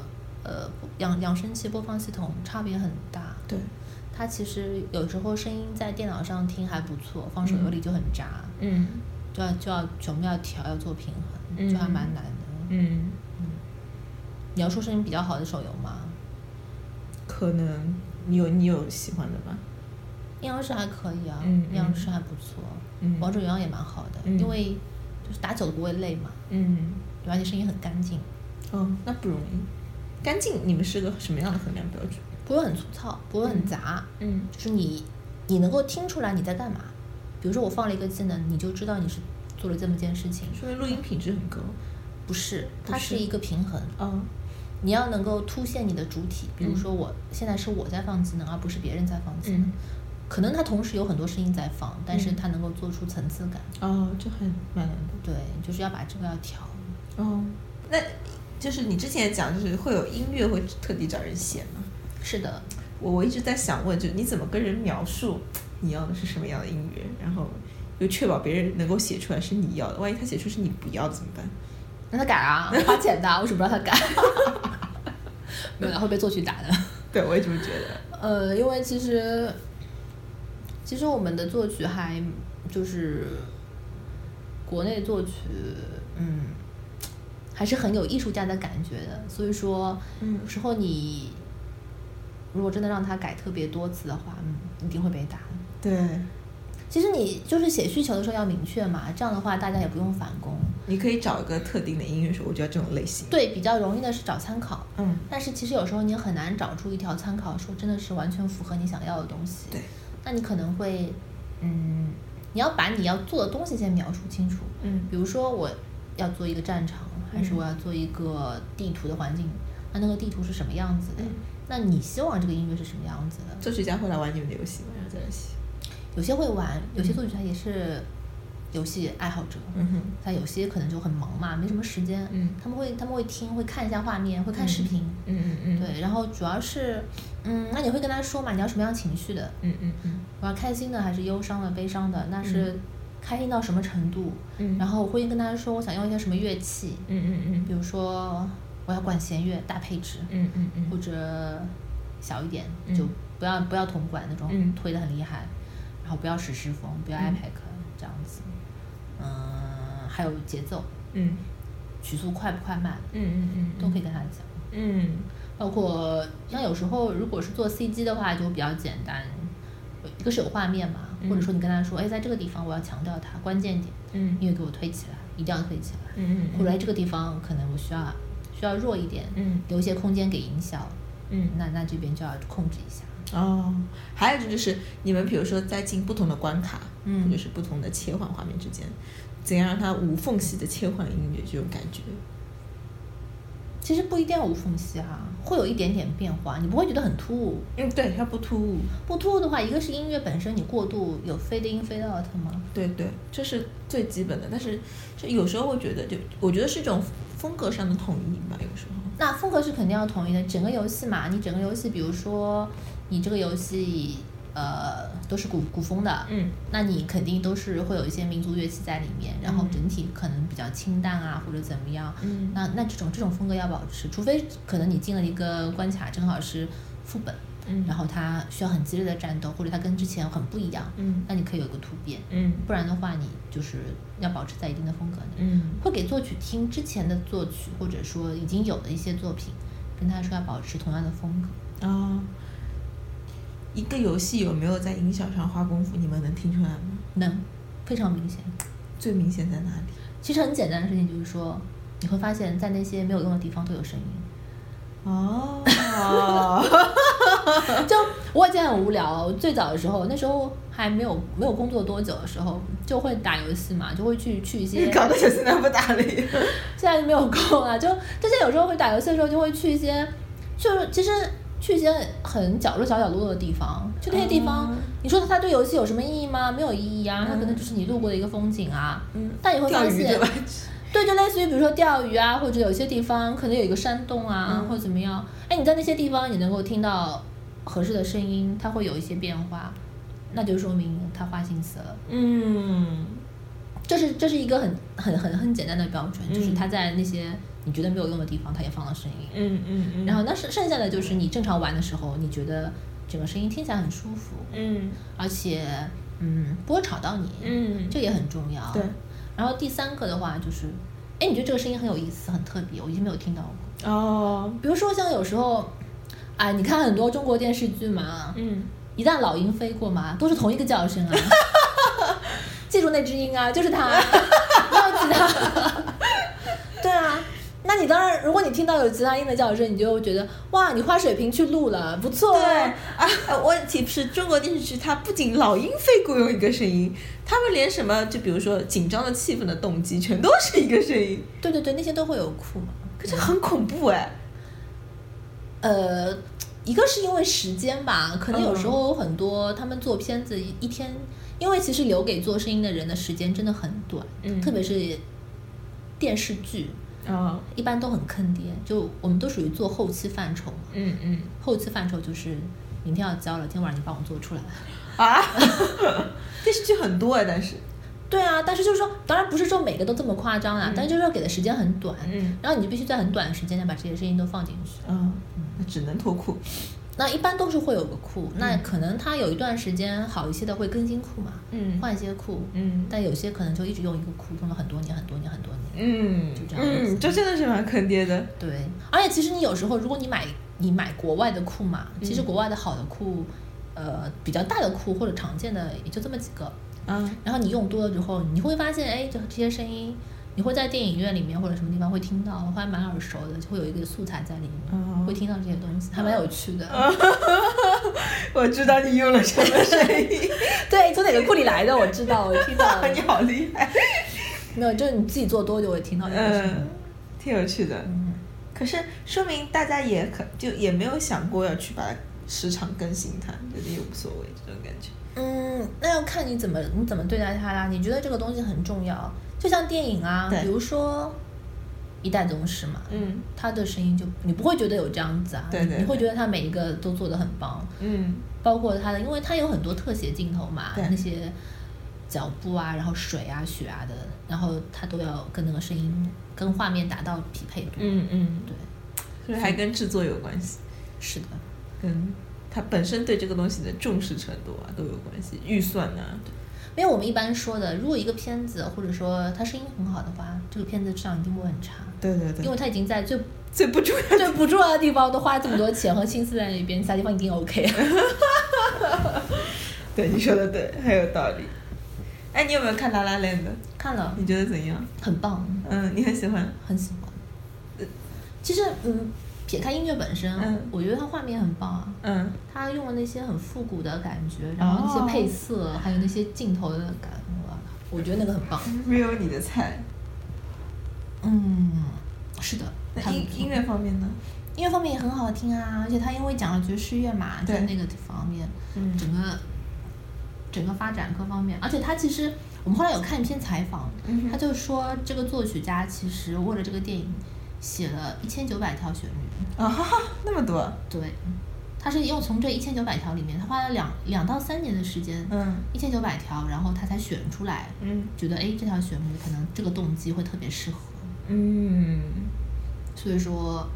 B: 呃扬扬声器播放系统差别很大。
A: 对，
B: 它其实有时候声音在电脑上听还不错，放手游里就很渣，
A: 嗯
B: 就要就要全部要调，要做平衡，
A: 嗯
B: 就还蛮难的。
A: 嗯，
B: 你要说声音比较好的手游吗？
A: 可能你有你有喜欢的吧？
B: 阴阳师还可以啊，
A: 嗯
B: 阴阳师还不错，
A: 嗯
B: 王者荣耀也蛮好的，
A: 嗯
B: 因为就是打久了不会累嘛，
A: 嗯
B: 对吧？你声音很干净，
A: 哦，那不容易。干净，你们是个什么样的衡量标准？
B: 不会很粗糙，不会很杂，
A: 嗯
B: 就是你你能够听出来你在干嘛。比如说我放了一个技能，你就知道你是做了这么件事情，
A: 说明录音品质很高。
B: 不是，
A: 不
B: 它
A: 是
B: 是一个平衡。
A: 哦，
B: 你要能够凸显你的主体，比如说我、现在是我在放技能，而不是别人在放技能。
A: 嗯
B: 可能它同时有很多声音在放，但是
A: 嗯
B: 它能够做出层次感。
A: 哦，这很蛮难的。
B: 对，就是要把这个要调。
A: 哦，那就是你之前也讲，就是会有音乐会特地找人写吗？
B: 是的，
A: 我我一直在想问，就是你怎么跟人描述你要的是什么样的音乐，然后又确保别人能够写出来是你要的，万一他写出是你不要的怎么办？ <laughs>
B: 那他改啊，花钱的啊，为什么让他改？ <laughs> 没有啦，会被作曲打的。
A: 对，我也这么觉得。
B: 呃，因为其实其实我们的作曲还就是国内作曲，嗯，还是很有艺术家的感觉的。所以说，
A: 嗯
B: 有时候你如果真的让他改特别多次的话，嗯，一定会被打。
A: 对，
B: 其实你就是写需求的时候要明确嘛，这样的话大家也不用返工。
A: 你可以找一个特定的音乐说，我就要这种类型。
B: 对，比较容易的是找参考，
A: 嗯，
B: 但是其实有时候你很难找出一条参考，说真的是完全符合你想要的东西。
A: 对，
B: 那你可能会，嗯，你要把你要做的东西先描述清楚。
A: 嗯
B: 比如说我要做一个战场，还是
A: 嗯
B: 我要做一个地图的环境，啊那那个地图是什么样子的？
A: 嗯
B: 那你希望这个音乐是什么样子的？
A: 作曲家会来玩你们的游戏吗？然后在一起。
B: 有些会玩，有些
A: 嗯
B: 作曲家也是游戏爱好者。
A: 嗯哼，
B: 他有些可能就很忙嘛，没什么时间。
A: 嗯
B: 他们会他们会听，会看一下画面，会看视频。
A: 嗯嗯嗯，，
B: 对，然后主要是，嗯，那你会跟他说嘛，你要什么样情绪的？
A: 嗯嗯嗯
B: 我要呃开心的还是忧伤的、悲伤的？那是开心到什么程度？
A: 嗯
B: 然后我会跟他说，我想用一些什么乐器，
A: 嗯嗯嗯
B: 比如说我要管弦乐大配置，
A: 嗯嗯嗯
B: 或者小一点，
A: 嗯
B: 就不要不要铜管那种、
A: 嗯
B: 推的很厉害，然后不要史诗风，不要
A: 嗯
B: iPad 这样子，嗯，还有节奏，
A: 嗯
B: 曲速快不快慢，
A: 嗯嗯嗯，
B: 都可以跟他讲。
A: 嗯
B: 包括像有时候如果是做 CG 的话，就比较简单，一个是有画面嘛，
A: 嗯
B: 或者说你跟他说，哎，在这个地方我要强调它关键点，
A: 嗯
B: 音乐给我推起来，一定要推起来，
A: 嗯
B: 或者哎这个地方可能我需要需要弱一点，
A: 嗯
B: 留一些空间给音效，
A: 嗯
B: 那那这边就要控制一下。
A: 哦，还有一种就是你们比如说在进不同的关卡，
B: 嗯
A: 或者是不同的切换画面之间，怎样让它无缝隙的切换音乐这种感觉？
B: 其实不一定要无缝隙哈、会有一点点变化，你不会觉得很突兀。
A: 嗯，对，它不突兀，
B: 不突兀的话，一个是音乐本身你过度有 fade in fade out 吗？
A: 对对，这是最基本的。但是这有时候会觉得就，我觉得是一种风格上的统一吧，有时候。
B: 那风格是肯定要统一的，整个游戏嘛，你整个游戏，比如说你这个游戏呃都是古古风的，
A: 嗯
B: 那你肯定都是会有一些民族乐器在里面，然后整体可能比较清淡啊，或者怎么样。
A: 嗯
B: 那那这种这种风格要保持，除非可能你进了一个关卡，正好是副本，
A: 嗯
B: 然后它需要很激烈的战斗，或者它跟之前很不一样，
A: 嗯
B: 那你可以有一个突变，
A: 嗯
B: 不然的话你就是要保持在一定的风格内。
A: 嗯
B: 会给作曲听之前的作曲，或者说已经有的一些作品，跟他说要保持同样的风格。
A: 啊、一个游戏有没有在音效上花功夫，你们能听出来吗？
B: 能，非常明显。
A: 最明显在哪里？
B: 其实很简单的事情就是说，你会发现在那些没有用的地方都有声音。
A: 哦，
B: 就我以前很无聊，最早的时候，那时候还没有没有工作多久的时候，就会打游戏嘛，就会去去一些
A: 你 <laughs> 搞得小现在不打了也。
B: 现在就没有空啊，就但是有时候会打游戏的时候，就会去一些，就是其实去一些很角落小角落的地方，就那些地方，
A: 嗯
B: 你说它对游戏有什么意义吗？没有意义啊，它可能
A: 嗯
B: 就是你路过的一个风景啊。
A: 嗯
B: 但你会
A: 钓
B: 发
A: 鱼对
B: 现
A: 吧，？
B: 对，就类似于比如说钓鱼啊，或者有些地方可能有一个山洞啊，
A: 嗯
B: 或者怎么样，哎，你在那些地方你能够听到合适的声音，它会有一些变化，那就说明他花心思了。
A: 嗯
B: 这是这是一个很很很很简单的标准，
A: 嗯
B: 就是他在那些你觉得没有用的地方，他也放了声音。
A: 嗯嗯嗯
B: 然后那剩剩下的就是你正常玩的时候，你觉得整个声音听起来很舒服，
A: 嗯
B: 而且嗯不会吵到你，
A: 嗯
B: 这也很重要。
A: 对。
B: 然后第三个的话就是，哎，你觉得这个声音很有意思，很特别，我以前没有听到过。
A: 哦
B: 比如说像有时候，哎，你看很多中国电视剧嘛，
A: 嗯
B: 一旦老鹰飞过嘛，都是同一个叫声 <laughs> 啊。记住那只鹰啊，就是 <laughs> 它，不要其他。对啊，那你当然，如果你听到有其他鹰的叫声，你就会觉得哇，你花水平去录了，不错
A: 对
B: 哦。
A: 啊， <laughs> 问题是中国电视剧它不仅老鹰飞过用一个声音，他们连什么就比如说紧张的气氛的动机全都是一个声音，
B: 对嗯对对，那些都会有酷嘛。
A: 可是很恐怖哎。
B: 呃，一个是因为时间吧，可能有
A: 嗯
B: 时候很多他们做片子一一天，因为其实留给做声音的人的时间真的很短，
A: 嗯
B: 特别是电视剧，
A: 哦
B: 一般都很坑爹。就我们都属于做后期范畴嘛，
A: 嗯嗯
B: 后期范畴就是明天要交了，今天晚上你帮我做出来。
A: 啊， <laughs> 电视剧很多哎，但是
B: 对啊，但是就是说，当然不是说每个都这么夸张啦，但是就是说给的时间很短，
A: 嗯
B: 然后你就必须在很短的时间内把这些声音都放进去。
A: 嗯，那只能脱裤。
B: 那一般都是会有个库，那可能它有一段时间好一些的会更新库嘛，
A: 嗯
B: 换一些库，
A: 嗯
B: 但有些可能就一直用一个库，用了很多年、很多年、很多年。
A: 嗯
B: 就这样子
A: 嗯，这真的是蛮坑爹的。
B: 对，而且其实你有时候，如果你买你买国外的库嘛，其实国外的好的库，呃，比较大的库或者常见的也就这么几个。
A: 啊
B: 然后你用多了之后，你会发现，哎，这这些声音，你会在电影院里面或者什么地方会听到，会还蛮耳熟的，就会有一个素材在里面，
A: 哦
B: 会听到这些东西，还蛮有趣的。
A: 我知道你用了什么声音，
B: <laughs> 对，从哪个库里来的我知道，我听到
A: <laughs>
B: 了
A: 你好厉害。
B: 没有，就是你自己做多久会听到这个声音。
A: 嗯，挺有趣的。
B: 嗯
A: 可是说明大家也可就也没有想过要去把它时常更新它，觉得也无所谓这种感觉。
B: 嗯，那要看你怎么你怎么对待它啦。你觉得这个东西很重要，就像电影啊，
A: 对
B: 比如说《一代宗师》嘛，
A: 嗯
B: 他的声音就你不会觉得有这样子啊，
A: 对对对
B: 你会觉得他每一个都做的很棒，
A: 嗯
B: 包括他的，因为他有很多特写镜头嘛，
A: 对
B: 那些脚步啊，然后水啊、雪啊的，然后他都要跟那个声音跟画面达到匹配度。，
A: 嗯嗯，
B: 对，
A: 所以还跟制作有关系，
B: 是的。
A: 跟他本身对这个东西的重视程度啊都有关系，预算呐、
B: 因为我们一般说的，如果一个片子或者说它声音很好的话，这个片子质量一定不会很差，
A: 对对
B: 因
A: 对，
B: 为它已经在最
A: 最不重要
B: 最不重要的地方都花这么多钱和心思在里边，其他地方一定 OK。
A: 对，你说的对，很有道理。哎，你有没有看《拉拉 land》？
B: <laughs> 看了
A: 你觉得怎样？
B: 很棒，
A: 嗯，你很喜欢。
B: 很喜欢。其实，嗯，撇开音乐本身，
A: 嗯
B: 我觉得它画面很棒啊。
A: 嗯，
B: 他用了那些很复古的感觉，然后那些配色，还有那些镜头的感，哇我觉得那个很棒。
A: 没有你的菜。
B: 嗯，是的，
A: 那
B: 它
A: 音音乐方面呢？
B: 音乐方面也很好听啊，而且他因为讲了爵士乐嘛，
A: 对
B: 在那个方面，
A: 嗯
B: 整个整个发展各方面，而且他其实我们后来有看一篇采访，
A: 嗯哼
B: 他就说这个作曲家其实为了这个电影写了一千九百条旋律。
A: 啊 <laughs> 哈哈，那么多。
B: 对，他是用从这一千九百条里面，他花了两两到三年的时间，
A: 嗯
B: 一千九百条，然后他才选出来，
A: 嗯
B: 觉得哎这条旋律可能这个动机会特别适合，
A: 嗯，
B: 所以说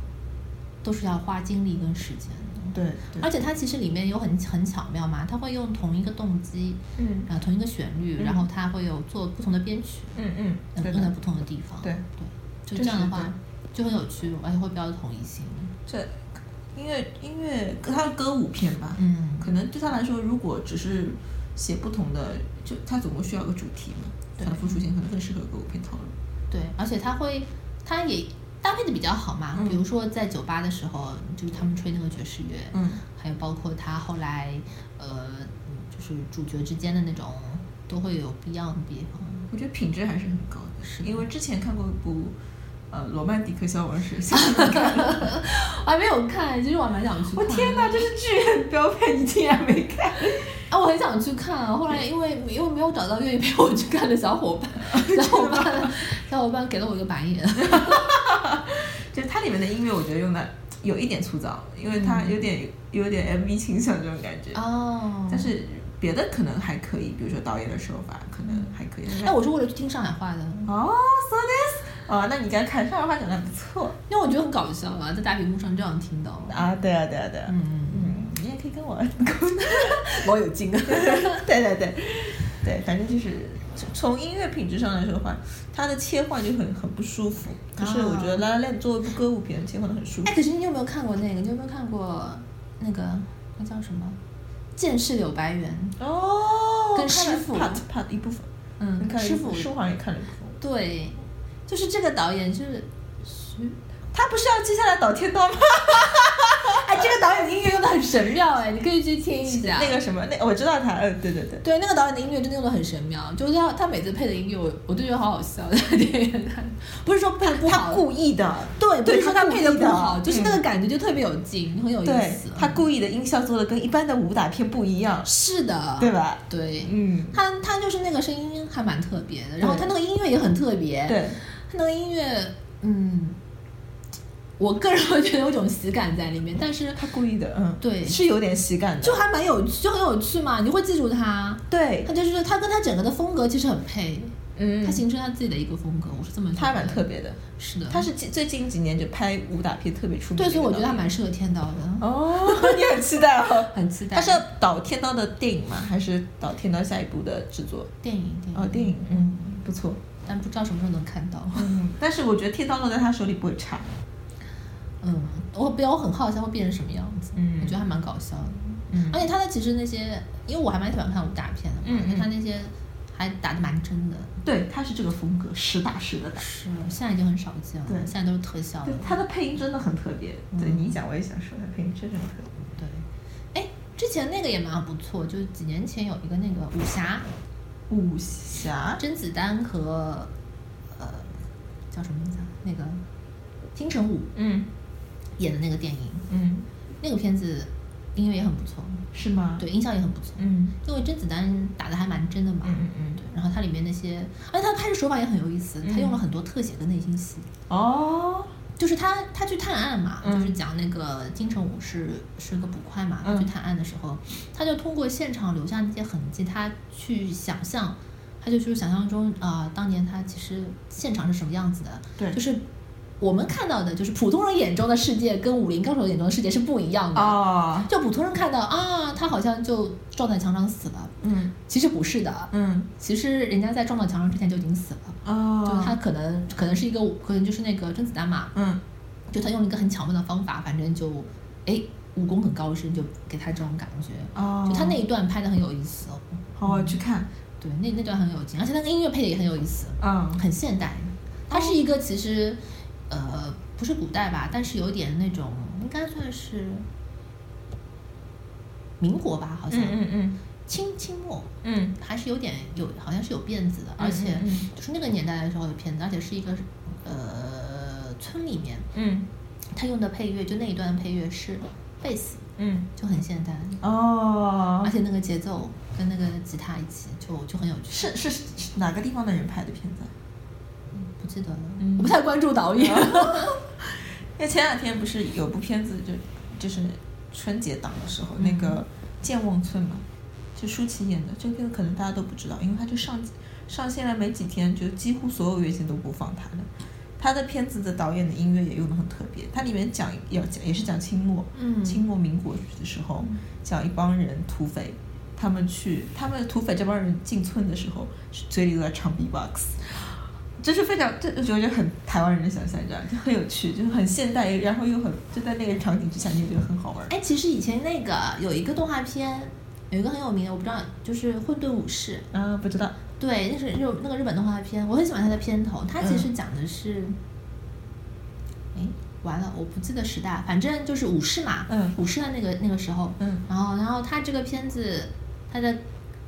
B: 都是要花精力跟时间的。
A: 对对
B: 而且它其实里面有很很巧妙嘛，它会用同一个动机，
A: 嗯
B: 然后同一个旋律，
A: 嗯
B: 然后它会有做不同的编曲，
A: 嗯嗯，
B: 嗯，
A: 对
B: 用在
A: 的
B: 不。同的地方。
A: 对
B: 对，
A: 这
B: 就这样的
A: 是
B: 话就很有趣，而且会比较有统一性。
A: 这音乐音乐，它是歌舞片吧？
B: 嗯，
A: 可能对他来说，如果只是写不同的，就他总共需要个主题嘛，
B: 对
A: 反复出现可能更适合歌舞片讨论。
B: 对，而且它会，它也搭配的比较好嘛。
A: 嗯
B: 比如说在酒吧的时候，就是他们吹那个爵士乐，
A: 嗯
B: 还有包括他后来呃，嗯就是主角之间的那种，都会有不一样的地方。
A: 我觉得品质还是很高的，
B: 是的
A: 因为之前看过一部，呃，《罗曼蒂克消亡 <laughs> 史》，现在没看了
B: 我还没有看，其实我还蛮想去
A: 我
B: 看。
A: 天哪，这是剧院标配，你竟然没看？
B: 啊，我很想去看啊！后来因为因为没有找到愿意陪我去看的小 <laughs> 伙伴，小伙伴 <laughs> 小伙伴给了我一个白 <laughs> 眼。
A: 就它里面的音乐，我觉得用的有一点粗糙，因为它有点有点 MV 倾向这种感觉，
B: 哦
A: 但是别的可能还可以，比如说导演的手法可能还可以。但是
B: 哎，我是为了去听上海话的，
A: 哦，so this，哦，那你刚才看上海话讲的还不错
B: 因为我觉得很搞笑啊，在大屏幕上这样听到。
A: 啊，对啊，对啊，对啊，
B: 嗯，
A: 嗯，你也可以跟我我有 <laughs> 劲，对对对对，反正就是从从音乐品质上来说的话，它的切换就很很不舒服。可是我觉得《拉拉链》作为一部歌舞片，切换的很舒服
B: 哎，。可是你有没有看过那个？你有没有看过那个那叫什么《剑士柳白猿》？
A: 哦
B: 跟师傅
A: part part 一部分，你
B: 嗯，
A: 看了一
B: 师
A: 部
B: 傅
A: 分师傅好像也看了一部分。
B: 对，就是这个导演就是徐，
A: 他不是要接下来导天刀吗？
B: 哎，这个导演的音乐用的很神妙哎，你可以去听一
A: <laughs>
B: 下。
A: 那个什么，那我知道他，嗯，对对对。
B: 对，那个导演的音乐真的用的很神妙，就是他他每次配的音乐，我我都觉得好好笑。在电影院看，不是说配的不
A: 他
B: 好，
A: 故意的，
B: 对，
A: <laughs>
B: 不
A: 对
B: 是说他
A: 故
B: 配的
A: 意
B: 不好，就是那
A: 嗯
B: 个感觉就特别有劲，很有意
A: 对
B: 思。
A: 他故意的音效做的跟一般的武打片不一样，
B: 是啊的，
A: 对吧？
B: 对，
A: 嗯，
B: 他他就是那个声音还蛮特别的，然后
A: 对
B: 他那个音乐也很特别，，
A: 对，
B: 他那个音乐，嗯，我个人 <laughs> 会觉得有一种喜感在里面，但是
A: 他故意的，嗯，
B: 对
A: 是有点喜感的，
B: 就还蛮有趣，就很有趣嘛，你会记住他，
A: 对，
B: 他就是他跟他整个的风格其实很配，
A: 嗯
B: 他形成他自己的一个风格，我是这么觉得，
A: 他还蛮特，别的，
B: 是的，
A: 他是近最近几年就拍武打片特别出名的导
B: 对，
A: 演，
B: 所以我觉得他蛮适合天道的，
A: 哦， <laughs> 你嗯很期待哦。
B: 很期待。
A: 他是要导天刀的电影吗？还是导天刀下一部的制作？
B: 电影，电影
A: 哦，电影，嗯，不错。
B: 但不知道什么时候能看到。
A: 嗯，但是我觉得天刀落在他手里不会差。
B: <laughs> 嗯，我比较很好奇它会变成什么样子，
A: 嗯
B: 我觉得还蛮搞笑的，
A: 嗯
B: 而且他的其实那些，因为我还蛮喜欢看武打片的嘛，
A: 嗯嗯
B: 因为他那些还打得蛮真的，
A: 对，他是这个风格，实打实的打。
B: 是现在已经很少见了，
A: 对
B: 现在都是特效
A: 对
B: 的，，
A: 他的配音真的很特别。对你一讲，我也想说，他配音真的很特别。
B: 对，哎，之前那个也蛮不错，就是几年前有一个那个武侠，
A: 武侠
B: 甄子丹和呃叫什么名字啊？那个金城武
A: 嗯
B: 演的那个电影，
A: 嗯，
B: 那个片子音乐也很不错，
A: 是吗？，
B: 对，音效也很不错，
A: 嗯
B: 因为甄子丹打的还蛮真的嘛，
A: 嗯嗯嗯
B: 对，然后它里面那些，呃而且它拍摄手法也很有意思，它用了很多特写跟内心戏，
A: 哦，
B: 就是他他去探案嘛，
A: 嗯
B: 就是讲那个金城武是是个捕快嘛，
A: 嗯
B: 他去探案的时候，他就通过现场留下那些痕迹，他去想象，他就去想象中啊、呃当年他其实现场是什么样子的，
A: 对
B: 就是我们看到的就是普通人眼中的世界跟武林高手眼中的世界是不一样的。
A: 哦，
B: 就普通人看到啊，他好像就撞在墙上死了，
A: 嗯
B: 其实不是的，
A: 嗯，
B: 其实人家在撞到墙上之前就已经死了，
A: 哦，
B: 就他可能可能是一个可能就是那个甄子丹嘛，
A: 嗯
B: 就他用了一个很巧妙的方法，反正就哎武功很高深，就给他这种感觉。
A: 哦，
B: 就他那一段拍的很有意思哦，
A: 好我去看，
B: 对，那那段很有劲，而且那个音乐配的也很有意思，
A: 嗯
B: 很现代。它是
A: 哦
B: 一个其实呃不是古代吧，但是有点那种应该算是民国吧，好像
A: 嗯
B: 清清末
A: 嗯，
B: 还是有点有好像是有辫子的，而且就是那个年代的时候的片子，而且是一个呃村里面
A: 嗯
B: 他用的配乐，就那一段配乐是贝斯，
A: 嗯
B: 就很现代，
A: 哦
B: 而，且那个节奏跟那个吉他一起就就很有趣。
A: 是是是哪个地方的人拍的片子啊？
B: 不记得了，
A: 嗯
B: 我不太关注导演。
A: <laughs> 因为前两天不是有部片子就就是春节档的时候，那
B: 嗯
A: 个《健忘村》嘛，就舒淇演的。这个片子可能大家都不知道，因为它就上上线了没几天，就几乎所有院线都播放它了。他的片子的导演的音乐也用的很特别，它里面讲要讲也是讲清末，
B: 嗯
A: 清末民国的时候，讲一帮人土匪，他们去他们土匪这帮人进村的时候，嘴里都在唱 B-box，这是非常这我觉得很台湾人的想象，你知道，就很有趣，就是很现代，然后又很就在那个场景之下，你就觉得很好玩。
B: 哎，其实以前那个有一个动画片，有一个很有名的，我不知道，就是《混沌武士》。
A: 啊，不知道，
B: 对，那是日那个日本动画片，我很喜欢它的片头。它其
A: 嗯
B: 实讲的是，哎、完了，我不记得时代，反正就是武士嘛，
A: 嗯
B: 武士的那个那个时候，
A: 嗯
B: 然后然后它这个片子，它的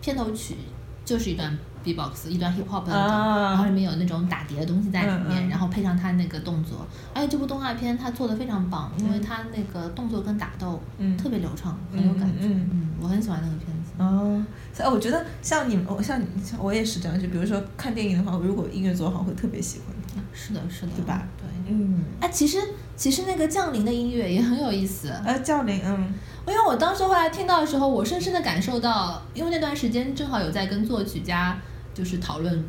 B: 片头曲就是一段 B-box，一段 hip hop 的那种，
A: 啊
B: 然后里面有那种打碟的东西在里
A: 嗯
B: 面，
A: 嗯
B: 然后配上它那个动作，而且这部动画片它做的非常棒，因为它那个动作跟打斗，
A: 嗯
B: 特别流畅，很有感觉，
A: 嗯嗯嗯
B: 我很喜欢那个片子。
A: 哦，所以我觉得像你们，我像你像我也是这样，就比如说看电影的话，如果音乐做好，会特别喜欢。
B: 是的，是的，
A: 对吧？
B: 对，
A: 嗯，
B: 哎，其实其实那个降临的音乐也很有意思，
A: 呃，教练，嗯
B: 因为我当时后来听到的时候，我深深的感受到，因为那段时间正好有在跟作曲家就是讨论，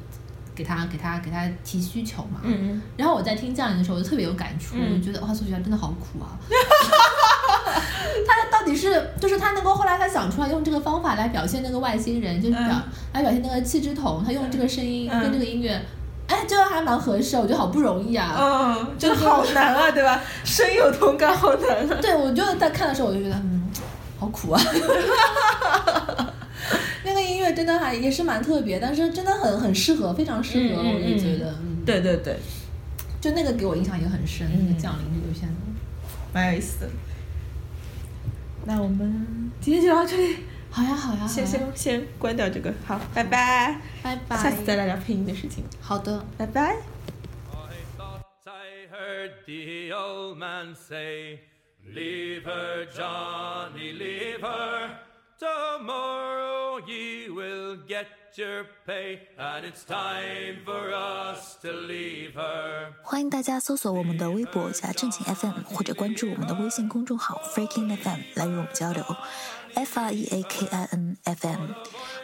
B: 给他给他给他提需求嘛，
A: 嗯
B: 然后我在听降临的时候，我就特别有感触，
A: 嗯
B: 我就觉得哇，作曲家真的好
A: <laughs>
B: 苦啊。他到底是，就是他能够后来他想出来用这个方法来表现那个外星人，就是表、
A: 嗯
B: 来表现那个气质筒，他用这个声音
A: 嗯
B: 跟这个音乐，哎，这还蛮合适，我觉得好不容易啊。
A: 嗯，就好难啊，对吧？深有同感，好难
B: <laughs>
A: 啊。
B: 对，我就在看的时候，我就觉得嗯，好苦 <laughs> 啊。那个音乐真的还也是蛮特别，但是真的很很适合，非常适合，
A: 嗯嗯
B: 我就觉
A: 嗯
B: 得，嗯，
A: 对对对，
B: 就那个给我印象也很深，那个
A: 嗯
B: 降临这个片子。
A: 蛮有意思的。那我们今天就到这里，
B: 好呀，好呀，好
A: 先
B: 呀
A: 先先关掉这个，好，拜拜，
B: 拜拜，
A: 下次再聊聊配音的事情，
B: 好的。
A: 拜拜。
C: I thought I heard the old man say, Leave her, Johnny, leave her. Tomorrow ye will get your pay, and it's time for us to leave her.
D: 欢迎大家搜索我们的微博“夹正经 FM”，或者关注我们的微信公众号 “Freaking FM” 来与我们交流。F R E A K I N F M，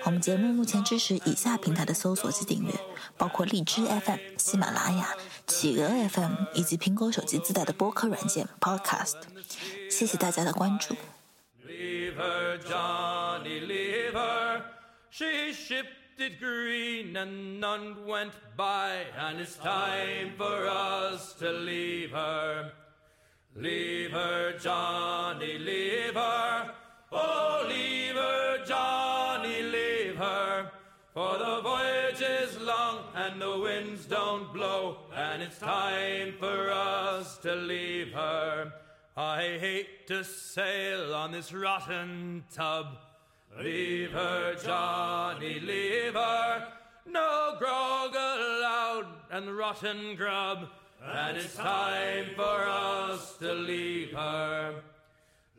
D: 我们节目目前支持以下平台的搜索及订阅，包括荔枝 FM、喜马拉雅、企鹅 FM 以及苹果手机自带的播客软件 Podcast。谢谢大家的关注。
C: Leave her, Johnny, leave her. She shipped it green and none went by, and it's time for us to leave her. Leave her, Johnny, leave her. Oh, leave her, Johnny, leave her. For the voyage is long and the winds don't blow, and it's time for us to leave her. I hate to sail on this rotten tub. Leave her, Johnny, leave her. No grog allowed and rotten grub, and it's time for us to leave her.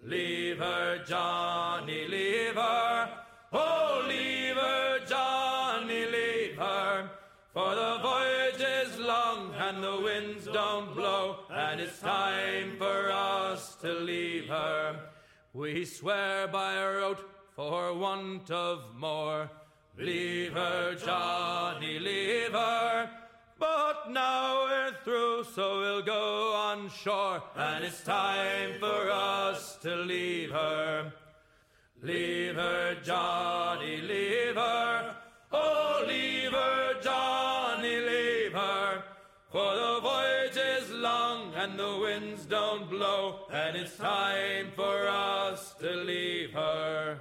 C: Leave her, Johnny, leave her. Oh, leave her, Johnny, leave her. For the voyage is long and the winds don't blow, and it's time for us to leave her. We swear by rote for want of more. Leave her, Johnny, leave her. But now we're through, so we'll go on shore. And it's time for us to leave her. Leave her, Johnny, leave her. Oh, leave her, Johnny, leave her. For the voyage is long and the winds don't blow, and it's time for us to leave her.